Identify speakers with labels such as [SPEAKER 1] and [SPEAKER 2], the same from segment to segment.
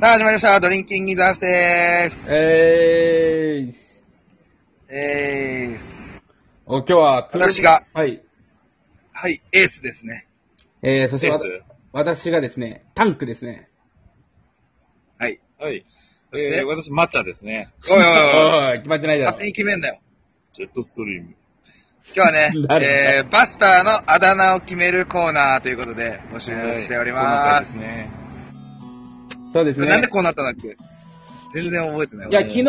[SPEAKER 1] さあ、始まりました。ドリンキングザースでーす。
[SPEAKER 2] えーい。
[SPEAKER 1] えー
[SPEAKER 2] お、今日は、
[SPEAKER 1] 私が。
[SPEAKER 2] はい。
[SPEAKER 1] はい、エースですね。
[SPEAKER 2] えー、そしてわ
[SPEAKER 3] エース
[SPEAKER 2] 私がですね、タンクですね。
[SPEAKER 1] はい。
[SPEAKER 3] はい。
[SPEAKER 1] そして
[SPEAKER 3] えー、私、抹茶ですね。
[SPEAKER 1] おいおいおいおい。
[SPEAKER 2] おい、決まってないだ
[SPEAKER 1] 勝
[SPEAKER 2] ろ
[SPEAKER 1] 手。に決めんなよ。
[SPEAKER 3] ジェットストリーム。
[SPEAKER 1] 今日はね
[SPEAKER 2] 誰、
[SPEAKER 1] えー、バスターのあだ名を決めるコーナーということで募集しておりま。
[SPEAKER 3] ですすね。
[SPEAKER 2] そうですね。
[SPEAKER 1] なんでこうなったんだっけ全然覚えてない。
[SPEAKER 2] いや、
[SPEAKER 1] 俺
[SPEAKER 2] 昨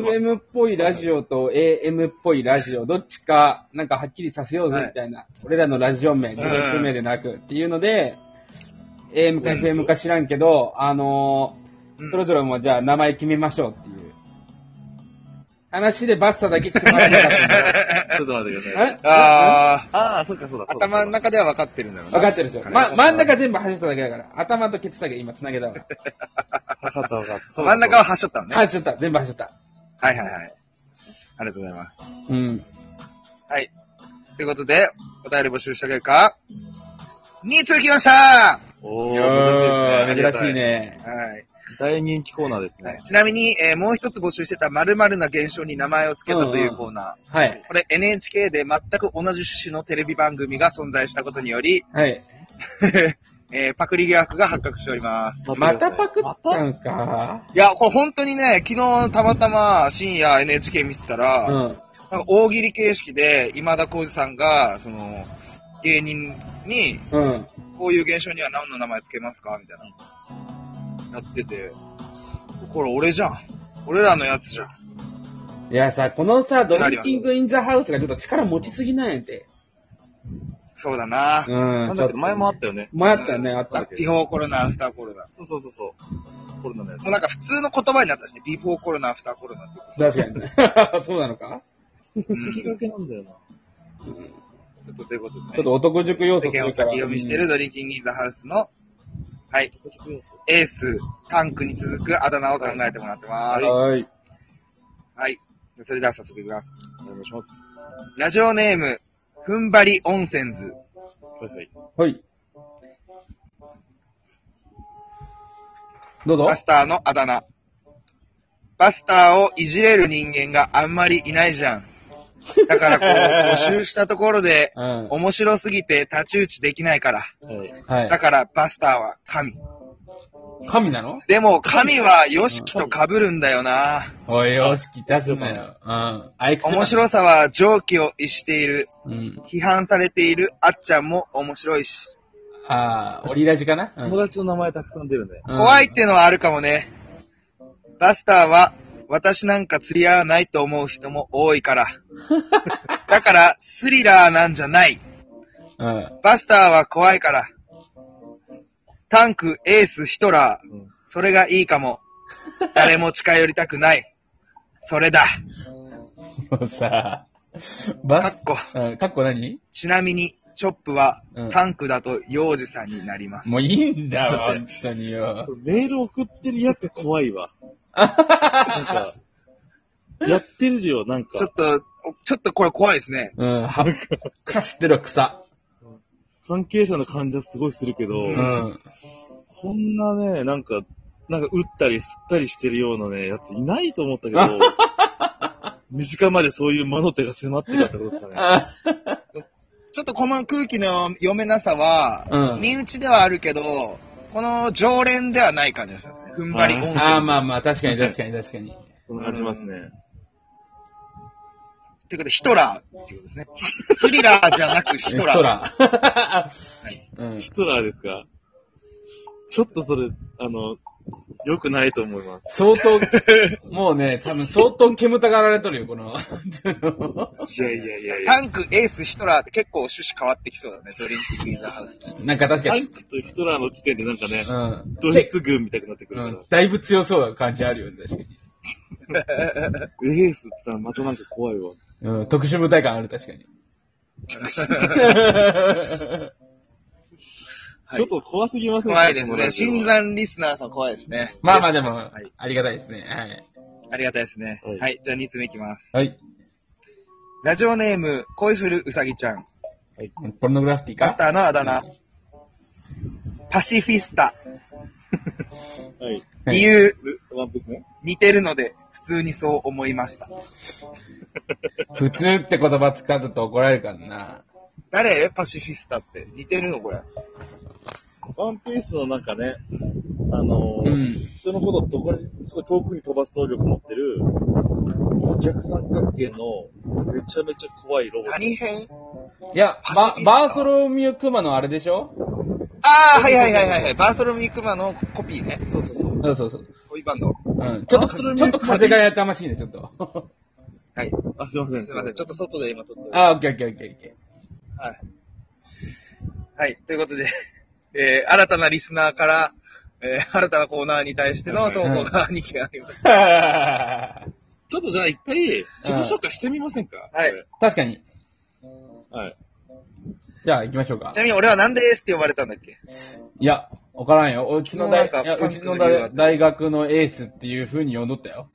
[SPEAKER 2] 日、SM っぽいラジオと AM っぽいラジオ、どっちか、なんかはっきりさせようぜみたいな。俺らのラジオ名、グループ名でなくっていうので、AM か FM か知らんけど、あの
[SPEAKER 1] うん
[SPEAKER 2] ー、それぞれもじゃあ名前決めましょうっていう。話でバッサだけ決まらなかったんだ よ。
[SPEAKER 3] ちょっと待ってください。
[SPEAKER 2] え
[SPEAKER 1] あ
[SPEAKER 3] ああ、そうかそうだ。
[SPEAKER 1] ー、頭の中では分かってるんだろうな。
[SPEAKER 2] 分かってるでしょ。
[SPEAKER 1] 彼は
[SPEAKER 2] ま、真ん中全部外しただけだから。頭とケツだけ今繋げたわ。
[SPEAKER 3] わかったわかった。そうだ
[SPEAKER 1] 真ん中は。はしょったのね。はい
[SPEAKER 2] 外しちゃった。全部外しちゃった。
[SPEAKER 1] はいはい。ありがとうございます。
[SPEAKER 2] うん。
[SPEAKER 1] はい。ということで、お便り募集した結果、2通来ました
[SPEAKER 3] お
[SPEAKER 2] い
[SPEAKER 3] ー、珍しいですね。ありが
[SPEAKER 2] 珍
[SPEAKER 3] た
[SPEAKER 2] しい。ね。
[SPEAKER 1] はい。
[SPEAKER 3] 大人気コーナーです
[SPEAKER 1] はい
[SPEAKER 3] ね。
[SPEAKER 1] ちなみに、えーもう一つ募集してた〇〇な現象に名前を付けたというコーナー。
[SPEAKER 2] はい。
[SPEAKER 1] これ NHK で全く同じ趣旨のテレビ番組が存在したことにより、
[SPEAKER 2] はい。
[SPEAKER 1] えーパクリ疑惑が発覚しております。
[SPEAKER 2] またパク
[SPEAKER 3] ま
[SPEAKER 2] ったんか。
[SPEAKER 1] いや、これ本当にね、昨日たまたま深夜 NHK 見てたら、
[SPEAKER 2] うん。
[SPEAKER 1] なんか大喜利形式で今田耕司さんが、その、芸人に、
[SPEAKER 2] うん。
[SPEAKER 1] こういう現象には何の名前付けますかみたいな。やってて、これ俺じゃん。俺らのやつじゃん。
[SPEAKER 2] いやさ、このさ、ドリンキングインザハウスがちょっと力持ちすぎないんて。
[SPEAKER 1] そうだな。
[SPEAKER 2] うん。
[SPEAKER 3] なんだっけ前もあ
[SPEAKER 2] あっ
[SPEAKER 3] ったよね。
[SPEAKER 2] た。前あったよね、あっ
[SPEAKER 3] な
[SPEAKER 2] た
[SPEAKER 3] ん。だっけ
[SPEAKER 1] ビフォーコロナ、アフターコロナ。
[SPEAKER 3] そうそうそうそう。コロナのや
[SPEAKER 1] もうなんか普通の言葉になったしね、ビフォーコロナ、アフターコロナって。
[SPEAKER 2] 確かにね。 そうなのか
[SPEAKER 3] つ。先駆けなんだよ
[SPEAKER 1] ち
[SPEAKER 3] な。
[SPEAKER 1] ょっとということで、ね、
[SPEAKER 2] ちょっと男塾要素
[SPEAKER 1] 世間を先読みしてるドリンキングインザハウスの、はい、エース、タンクに続くあだ名を考えてもらってま
[SPEAKER 2] は
[SPEAKER 1] す。
[SPEAKER 2] い。
[SPEAKER 1] はい。
[SPEAKER 2] はい。
[SPEAKER 1] それでは早速いきます。お願いします。ラジオネーム、ふんばり温泉図。
[SPEAKER 3] はいはい。
[SPEAKER 2] はい。どうぞ
[SPEAKER 1] バ。スターのあだ名。バスターをいじれる人間があんまりいないじゃん。だからこう、募集したところ で、
[SPEAKER 2] うん。
[SPEAKER 1] 面白すぎて太刀打ちできないから。
[SPEAKER 3] はい。
[SPEAKER 2] は
[SPEAKER 1] だ
[SPEAKER 2] い。
[SPEAKER 1] からバスターは神。
[SPEAKER 2] 神なの
[SPEAKER 1] でも、神はヨシキと被るんだよな。
[SPEAKER 2] おい、よし、き出すなよ。うん。あいつ
[SPEAKER 1] 面白
[SPEAKER 2] い。
[SPEAKER 1] さは常軌を逸している。
[SPEAKER 2] うん。
[SPEAKER 1] 批判されているあっちゃんも面白いし。
[SPEAKER 2] ああ、オリラジかな、うん
[SPEAKER 3] 友達の名前たくさん出るね。
[SPEAKER 1] 怖いっ。てのはあるかもね。バスターは、私なんか釣り合わないと思う人も多いから。だから、スリラーなんじゃない。
[SPEAKER 2] うん。うん
[SPEAKER 1] バスターは怖いから。タンク、エース、ヒトラー。
[SPEAKER 3] うん
[SPEAKER 1] それがいいかも。誰も近寄りたくない。それだ。
[SPEAKER 2] もうさ、バ
[SPEAKER 1] かっ
[SPEAKER 2] ス、
[SPEAKER 1] こ。
[SPEAKER 2] うん、かっこ何
[SPEAKER 1] ちなみに、チョップは
[SPEAKER 2] うん、
[SPEAKER 1] タンクだと、幼児さんになります。
[SPEAKER 2] もういいんだわ、本当によ。
[SPEAKER 3] メール送ってるやつ怖いわ。なんか、やってるじよ、なん
[SPEAKER 1] ちょっ
[SPEAKER 3] か。
[SPEAKER 1] と、おちょっとこれ怖いですね。
[SPEAKER 2] うん、は、かすってる草。
[SPEAKER 3] 関係者の感じはすごいするけど、
[SPEAKER 2] うん。
[SPEAKER 3] こんなね、なんか、なんか打ったり吸ったりしてるようなね、やついないと思ったけど、身近までそういう魔の手が迫ってたってことですかね。
[SPEAKER 2] あ
[SPEAKER 1] ちょっとこの空気の読めなさは、
[SPEAKER 2] うん
[SPEAKER 1] 身内ではあるけど、この常連ではない感じがしますね。踏ん張り
[SPEAKER 3] あ
[SPEAKER 1] 温
[SPEAKER 3] ー
[SPEAKER 1] 泉。
[SPEAKER 2] あー、まあまあ、確かに確かに確かに。
[SPEAKER 3] そんな感じしますね。
[SPEAKER 1] ということで、ヒトラーっていうことですね。スリラーじゃなくヒ
[SPEAKER 2] ヒ
[SPEAKER 1] トラー。
[SPEAKER 2] トラー。
[SPEAKER 1] い
[SPEAKER 2] うん。
[SPEAKER 3] ヒトラーですかちょっとそれ、あの、良くないと思います。
[SPEAKER 2] 相 当、もうね、多分相当煙たがられとるよ、この。
[SPEAKER 3] いやいやいやい
[SPEAKER 1] タ。ンク、エース、ヒトラーって結構趣旨変わってきそうだね。ドリンクビーザーハウス。
[SPEAKER 2] なんか確か
[SPEAKER 3] タ
[SPEAKER 2] に
[SPEAKER 3] ン。クとヒトラーの時点でなんかね、
[SPEAKER 2] うん。
[SPEAKER 3] ドイツ軍みたいになってくる
[SPEAKER 2] う
[SPEAKER 3] か
[SPEAKER 2] ん、だいぶ強そうな感じあるよね、確かに。
[SPEAKER 3] ら。エースって言ったらまたなんか怖いわ。
[SPEAKER 2] うん、特殊部隊感ある、確か に。
[SPEAKER 1] はい
[SPEAKER 3] ちょっと怖すぎませんか
[SPEAKER 1] 怖いです
[SPEAKER 3] このラ
[SPEAKER 1] ね。
[SPEAKER 3] ジオは
[SPEAKER 1] 新参リスナーさん怖いですね。
[SPEAKER 2] まあまあでも、
[SPEAKER 1] い
[SPEAKER 2] ありがたいですね。はい。
[SPEAKER 1] ありがたいですね。
[SPEAKER 3] はい
[SPEAKER 1] はい。じゃあ2つ目いきます。
[SPEAKER 2] はい。
[SPEAKER 1] ラジオネーム、恋するうさぎちゃん。
[SPEAKER 2] ポルノグラフィティ
[SPEAKER 1] バス
[SPEAKER 2] か。
[SPEAKER 1] ターのあだ名。パシフィスタ。
[SPEAKER 3] はい。
[SPEAKER 1] 理由、
[SPEAKER 3] ワンピースね。
[SPEAKER 1] 似てるので、普通にそう思いました。
[SPEAKER 2] 普通って言葉使うと怒られるからな。
[SPEAKER 1] 誰パシフィスタって。似てるのこれ。
[SPEAKER 3] ワンピースのなんかね、あの
[SPEAKER 2] う
[SPEAKER 3] ー
[SPEAKER 2] ん
[SPEAKER 3] 人のことをどこに、すごい遠くに飛ばす能力持ってる、逆三角形のめちゃめちゃ怖いロボット。
[SPEAKER 1] 何編
[SPEAKER 2] いや、
[SPEAKER 1] パ
[SPEAKER 2] バ
[SPEAKER 1] シフィスタ
[SPEAKER 2] バーソロミュークマのあれでしょ
[SPEAKER 1] ああ、はいはいはいはいはい。バートロミークマのコピーね。
[SPEAKER 3] そうそうそう。
[SPEAKER 2] そうそうそう。
[SPEAKER 1] 恋バンド。
[SPEAKER 2] うん。ちょっ
[SPEAKER 3] バーソ
[SPEAKER 2] と、
[SPEAKER 3] ロミュークマ
[SPEAKER 2] ちょっと風がやかましいね、ちょっと。
[SPEAKER 1] はい。
[SPEAKER 3] あ、すいません。
[SPEAKER 1] すいません。ちょっと外で今撮ってます
[SPEAKER 2] あ、オッケーオッケーオッケーオッケ
[SPEAKER 1] はい。はい。ということ で、えー、新たなリスナーから、えー、新たなコーナーに対しての投稿が2件あります。
[SPEAKER 2] ー。
[SPEAKER 3] ちょっとじゃあ一回、自己紹介してみませんか、
[SPEAKER 1] はい
[SPEAKER 3] これ
[SPEAKER 2] 確かに。
[SPEAKER 3] はい。
[SPEAKER 2] じゃあ行きましょうか
[SPEAKER 1] ちな。みに俺はなんでーすって呼ばれたんだっけ
[SPEAKER 2] いや、わからんよ。うちの大、い
[SPEAKER 1] 昨日な
[SPEAKER 2] や
[SPEAKER 1] んか
[SPEAKER 2] うち
[SPEAKER 1] パ
[SPEAKER 2] の
[SPEAKER 1] ンクの理由があっ
[SPEAKER 2] 大
[SPEAKER 1] て
[SPEAKER 2] 大学のエースっていう風に呼んどったよ。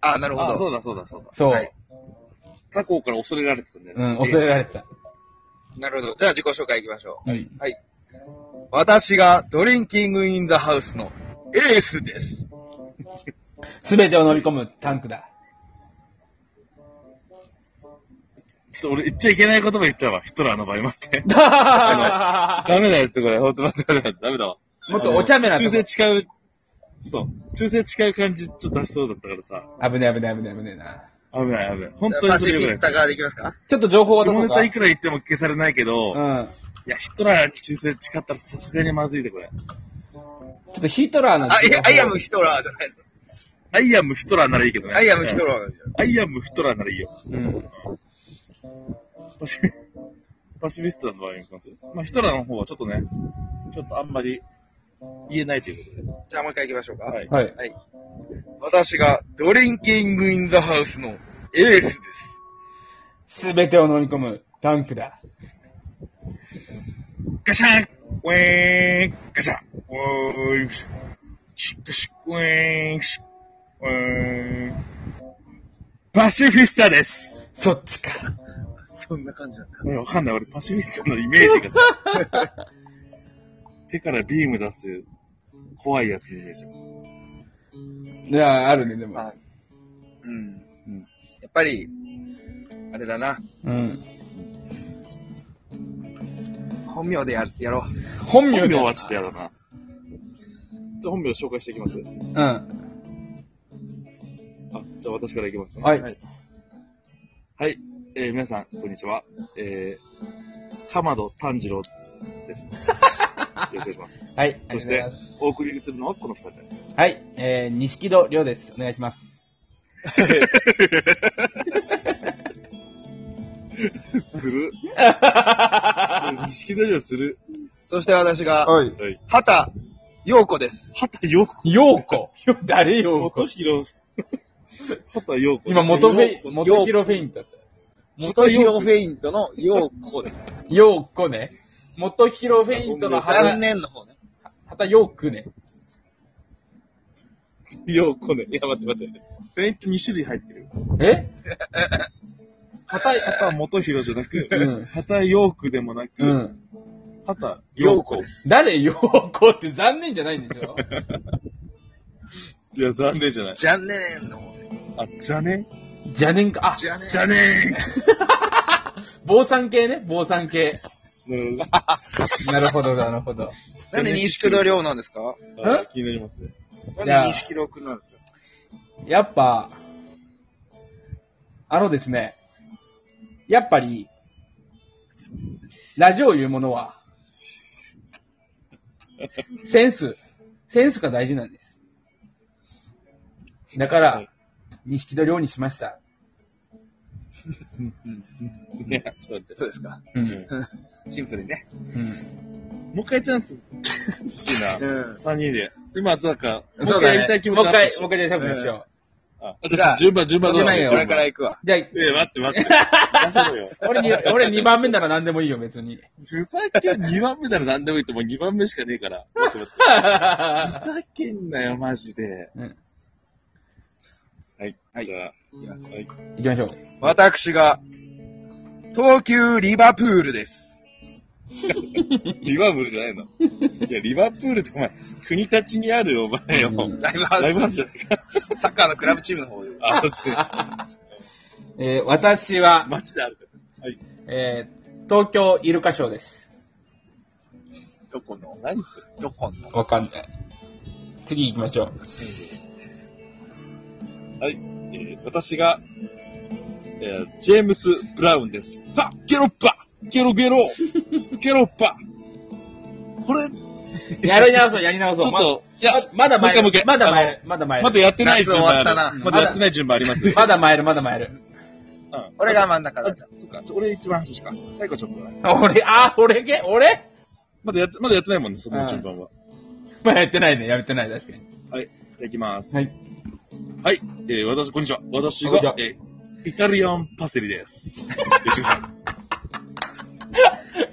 [SPEAKER 1] あー、なるほ
[SPEAKER 3] あ、
[SPEAKER 1] ど。
[SPEAKER 3] そうだそうだそうだ。
[SPEAKER 2] そう。
[SPEAKER 1] はい
[SPEAKER 3] 他校から恐れられてたんだよ
[SPEAKER 2] う
[SPEAKER 3] ね。
[SPEAKER 2] ん、恐れられてた。
[SPEAKER 1] なるほど。じゃあ自己紹介いきましょ
[SPEAKER 2] はい。
[SPEAKER 1] う。はい。私がドリンキングインザハウスのエースです。
[SPEAKER 2] すべてを飲み込むタンクだ。
[SPEAKER 3] ちょっと俺言っちゃいけない言葉言っちゃうわ。ヒトラーの場合待って。
[SPEAKER 2] も
[SPEAKER 3] ダメだよってこれ。ほんと待って待って待って。ダメだわ。
[SPEAKER 2] っとお茶目なと
[SPEAKER 3] 中
[SPEAKER 2] こ。
[SPEAKER 3] 性誓う、そう。中性誓う感じちょっと出しそうだったからさ。
[SPEAKER 2] 危ねえ危ねえ危ねえ危ねえな。
[SPEAKER 3] 危ない危ない。本当に
[SPEAKER 1] パ
[SPEAKER 3] そ
[SPEAKER 1] シ
[SPEAKER 3] れ
[SPEAKER 1] フィ
[SPEAKER 3] よくない
[SPEAKER 1] ス。タができますか
[SPEAKER 2] ちょっと情報はど
[SPEAKER 3] 下
[SPEAKER 2] こ
[SPEAKER 3] ネ
[SPEAKER 2] か
[SPEAKER 3] タいくら言っても消されないけど、い
[SPEAKER 2] うん。
[SPEAKER 3] や、ヒトラー中性誓ったらさすがにまずいでこれ。
[SPEAKER 2] ちょっとヒトラーなん
[SPEAKER 1] あ、いや、アイアムヒトラーじゃないの。
[SPEAKER 3] アイアムヒトラーならいいけどね。
[SPEAKER 1] アイアムヒト
[SPEAKER 3] ー。
[SPEAKER 1] ラーなんだよ
[SPEAKER 3] アイアムヒトラーならいいよ。
[SPEAKER 2] うん。
[SPEAKER 3] パシ、パシフィスタの場合に行きますまあ、ヒトラーの方はちょっとね、ちょっとあんまり言えないということで。
[SPEAKER 1] じゃあもう一回行きましょうか。
[SPEAKER 3] はい。
[SPEAKER 2] はい。
[SPEAKER 1] はい。私がドリンキングインザハウスのエースです。
[SPEAKER 2] すべてを飲み込むタンクだ。
[SPEAKER 3] ガシャンウェーンガシャンウェーンシュッシュッウェーンシュッウェーンパシフィスタです
[SPEAKER 2] そっちか。
[SPEAKER 1] そんな感じなんだ。
[SPEAKER 3] ねわかんない。俺、パシフィスタのイメージがさ、 手からビーム出す、怖いやつのイメージがさ
[SPEAKER 2] いや、あるね、でも。
[SPEAKER 1] あ、うん。
[SPEAKER 3] うん
[SPEAKER 1] やっぱり、あれだな。
[SPEAKER 2] うん。
[SPEAKER 1] 本名でややろう。
[SPEAKER 2] 本名
[SPEAKER 3] 本
[SPEAKER 2] だ
[SPEAKER 3] 名
[SPEAKER 2] よ
[SPEAKER 3] はちょっとやだな。じゃあ本名紹介していきますあ、
[SPEAKER 2] うん。
[SPEAKER 3] じゃあ私からいきますね。
[SPEAKER 2] はい。
[SPEAKER 1] はい
[SPEAKER 3] はい。えー、皆さん、こんにちは。えー、浜戸炭治郎です。よろしくお願いします。
[SPEAKER 2] はい。
[SPEAKER 3] そして
[SPEAKER 2] ありがとうございます
[SPEAKER 3] お送りするのはこの二人で。
[SPEAKER 2] はい。えー、錦戸亮です。お願いします。
[SPEAKER 3] ずる。錦戸亮ずる。
[SPEAKER 1] そして私が、
[SPEAKER 2] はい。
[SPEAKER 3] はい。
[SPEAKER 1] 畑陽子です。
[SPEAKER 3] 畑陽子。
[SPEAKER 2] ようこ。 誰よう
[SPEAKER 3] 元
[SPEAKER 2] こ。
[SPEAKER 3] 広。畑陽子。
[SPEAKER 2] 今、元フェイン、
[SPEAKER 1] ようこ
[SPEAKER 2] 元広フェイントだった。
[SPEAKER 1] 元広フェイントの陽子 です。
[SPEAKER 2] ようこね。元広フェイントの
[SPEAKER 1] 残
[SPEAKER 2] 旗、
[SPEAKER 1] 念の方ね。
[SPEAKER 2] 旗ようくね。
[SPEAKER 3] 陽子ね。いや、待って待って。フェイント2種類入ってる。
[SPEAKER 2] え
[SPEAKER 3] 畑、畑元広じゃなく、
[SPEAKER 2] うん
[SPEAKER 3] 畑陽子でもなく、
[SPEAKER 2] うん。
[SPEAKER 3] 畑
[SPEAKER 1] 陽
[SPEAKER 3] 陽
[SPEAKER 1] 子
[SPEAKER 3] 子
[SPEAKER 1] で。
[SPEAKER 3] です
[SPEAKER 2] 誰ようこって残念じゃないんでし ょ
[SPEAKER 3] す。いや、残念じゃない。
[SPEAKER 1] 残念の方ね。
[SPEAKER 3] あ、じゃね
[SPEAKER 2] じゃねんか。あ、
[SPEAKER 1] じゃね
[SPEAKER 3] じゃね
[SPEAKER 2] 坊さん系ね。坊さん系。
[SPEAKER 3] ーな
[SPEAKER 2] な
[SPEAKER 3] る
[SPEAKER 2] るほど、なるほど。
[SPEAKER 1] なんで錦戸亮なんですか
[SPEAKER 3] ほど。あ気になりますね。
[SPEAKER 1] なん
[SPEAKER 2] じゃあ
[SPEAKER 1] で錦戸くんなんですか
[SPEAKER 2] やっぱ、あのですね、やっぱり、ラジオいうものは、センス、センスが大事なんです。だか
[SPEAKER 3] は
[SPEAKER 2] ら
[SPEAKER 3] い、
[SPEAKER 2] 錦戸亮にしました。
[SPEAKER 3] いや、ちょっと待って。
[SPEAKER 1] そうですか。
[SPEAKER 2] うん。
[SPEAKER 1] シンプルにね。
[SPEAKER 2] うん。
[SPEAKER 3] もう一回チャンス欲しいな。
[SPEAKER 1] うん。
[SPEAKER 3] 三人で。今、なんか、も
[SPEAKER 2] そ
[SPEAKER 3] う一
[SPEAKER 2] うだ
[SPEAKER 3] 回や
[SPEAKER 2] ね
[SPEAKER 3] りたい気持
[SPEAKER 2] もう
[SPEAKER 3] ち
[SPEAKER 2] 一
[SPEAKER 3] あっ
[SPEAKER 2] 回
[SPEAKER 3] た、し
[SPEAKER 2] もう一回じゃあ喋りましょう。
[SPEAKER 3] あ、
[SPEAKER 1] じゃあ
[SPEAKER 3] 私、順番、順番だ
[SPEAKER 2] 順番よ
[SPEAKER 1] これ
[SPEAKER 3] 順
[SPEAKER 1] か
[SPEAKER 3] 番
[SPEAKER 1] ら行くわ。
[SPEAKER 2] じゃあ、
[SPEAKER 3] え、待って 待って。出そうよ。
[SPEAKER 2] 俺に、俺2番目なら何でもいいよ、別 に。
[SPEAKER 3] ふざけん、2番目なら何でもいいと思う。2番目しかねえから。待って待って。ふざけんなよ、マジで。
[SPEAKER 2] うん。
[SPEAKER 3] はい。
[SPEAKER 1] はい
[SPEAKER 3] じゃあ、
[SPEAKER 1] いきます
[SPEAKER 3] はい。
[SPEAKER 2] 行きましょう。
[SPEAKER 1] 私が、東急リバプールです。
[SPEAKER 3] リバブルじゃないの。いや、リバプールってお前、国立にあるお前よ。
[SPEAKER 2] うん
[SPEAKER 3] ラ
[SPEAKER 1] ライブ
[SPEAKER 3] イブハ
[SPEAKER 1] ハ
[SPEAKER 3] ウ
[SPEAKER 1] ウ
[SPEAKER 3] ス
[SPEAKER 1] ス、
[SPEAKER 3] じゃないか。
[SPEAKER 1] サッカーのクラブチームの方よ。
[SPEAKER 3] あ、そう
[SPEAKER 2] えー私は、
[SPEAKER 3] 街であるから。はい。
[SPEAKER 2] えー東京イルカショーです。
[SPEAKER 1] どこの何するどこの
[SPEAKER 2] わかんない。次行きましょう。
[SPEAKER 3] はい。えー私が、えージェームス・ブラウンです。パゲロッパゲロゲロゲロッパこれ、ちょ
[SPEAKER 2] やり直そう、やり直そう。
[SPEAKER 3] っと、いや、
[SPEAKER 2] まだまだ前
[SPEAKER 3] もう一回も
[SPEAKER 2] る。ま
[SPEAKER 3] う一回
[SPEAKER 2] だ前
[SPEAKER 3] あ
[SPEAKER 2] る。まだ前
[SPEAKER 3] の
[SPEAKER 2] る。
[SPEAKER 3] まだやってない順番ある。
[SPEAKER 1] 夏終わったな
[SPEAKER 3] まだやってない順番あります。
[SPEAKER 2] まだ前る、まだ前る。
[SPEAKER 3] うん
[SPEAKER 1] 俺が真ん中だ
[SPEAKER 3] あ、。そっか。ちょ俺一番端か。最後ちょっとない。
[SPEAKER 2] 俺、あ、俺げ、俺
[SPEAKER 3] まだやって、まだやってないもんね、その順番は。
[SPEAKER 2] まだやってないね、やってない、確かに。
[SPEAKER 3] はい。じゃあ行きます。
[SPEAKER 2] はい。
[SPEAKER 3] はい。えー、私、こんにちは。私
[SPEAKER 2] こんにちは
[SPEAKER 3] が、えー、イタリアンパセリ です。よろしくお願いします。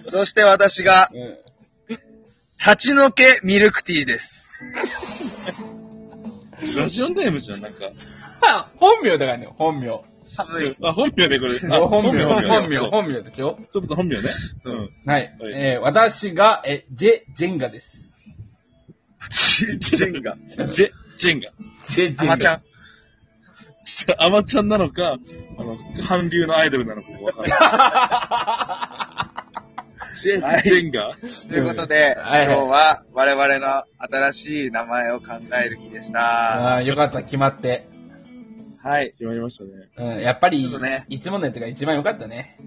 [SPEAKER 1] そして私が、
[SPEAKER 2] うん。
[SPEAKER 1] 立ちのけミルクティーです。
[SPEAKER 3] ラジオネームじゃん、なんか。
[SPEAKER 2] 本名だからね、本名。
[SPEAKER 1] 寒い。
[SPEAKER 3] あ、 本名でこれ。あ
[SPEAKER 2] 本名、本名、
[SPEAKER 3] そう
[SPEAKER 2] 本名でしょ
[SPEAKER 3] ちょっと本名ね。うん。
[SPEAKER 2] はい。
[SPEAKER 3] はい
[SPEAKER 2] えー私が、え、ジェ、ジェンガです。
[SPEAKER 1] ジェンガ。
[SPEAKER 3] ジェ、ジェンガ。
[SPEAKER 2] ジェ、
[SPEAKER 1] アマちゃん。
[SPEAKER 3] ちょアマちゃんなのか、あの、韓流のアイドルなのかわかん ない。ジェ、ジェンガ
[SPEAKER 1] ということで、
[SPEAKER 2] はいは
[SPEAKER 1] 今
[SPEAKER 2] い
[SPEAKER 1] 日は我々の新しい名前を考える日でした。
[SPEAKER 2] ああー、よかった、決まって。
[SPEAKER 1] はい。
[SPEAKER 3] 決まりましたね。
[SPEAKER 2] うん、やっぱり、
[SPEAKER 1] ちょっとね
[SPEAKER 2] いつものやつが一番良かったね。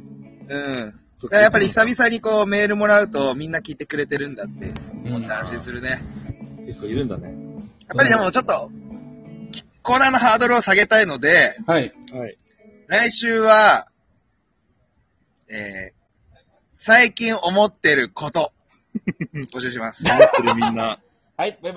[SPEAKER 1] うん。
[SPEAKER 3] そか
[SPEAKER 1] やっぱり久々にこうメールもらうとみんな聞いてくれてるんだって
[SPEAKER 2] う
[SPEAKER 1] 思って
[SPEAKER 2] ん。
[SPEAKER 1] 安心するね。
[SPEAKER 3] 結構いるんだね。
[SPEAKER 1] やっぱりでもちょっと、コーナーのハードルを下げたいので、
[SPEAKER 2] はい。
[SPEAKER 3] はい。
[SPEAKER 1] 来週は、えー最近思ってること、募集します。
[SPEAKER 3] 待ってるみんな。
[SPEAKER 2] はい、バイバイ。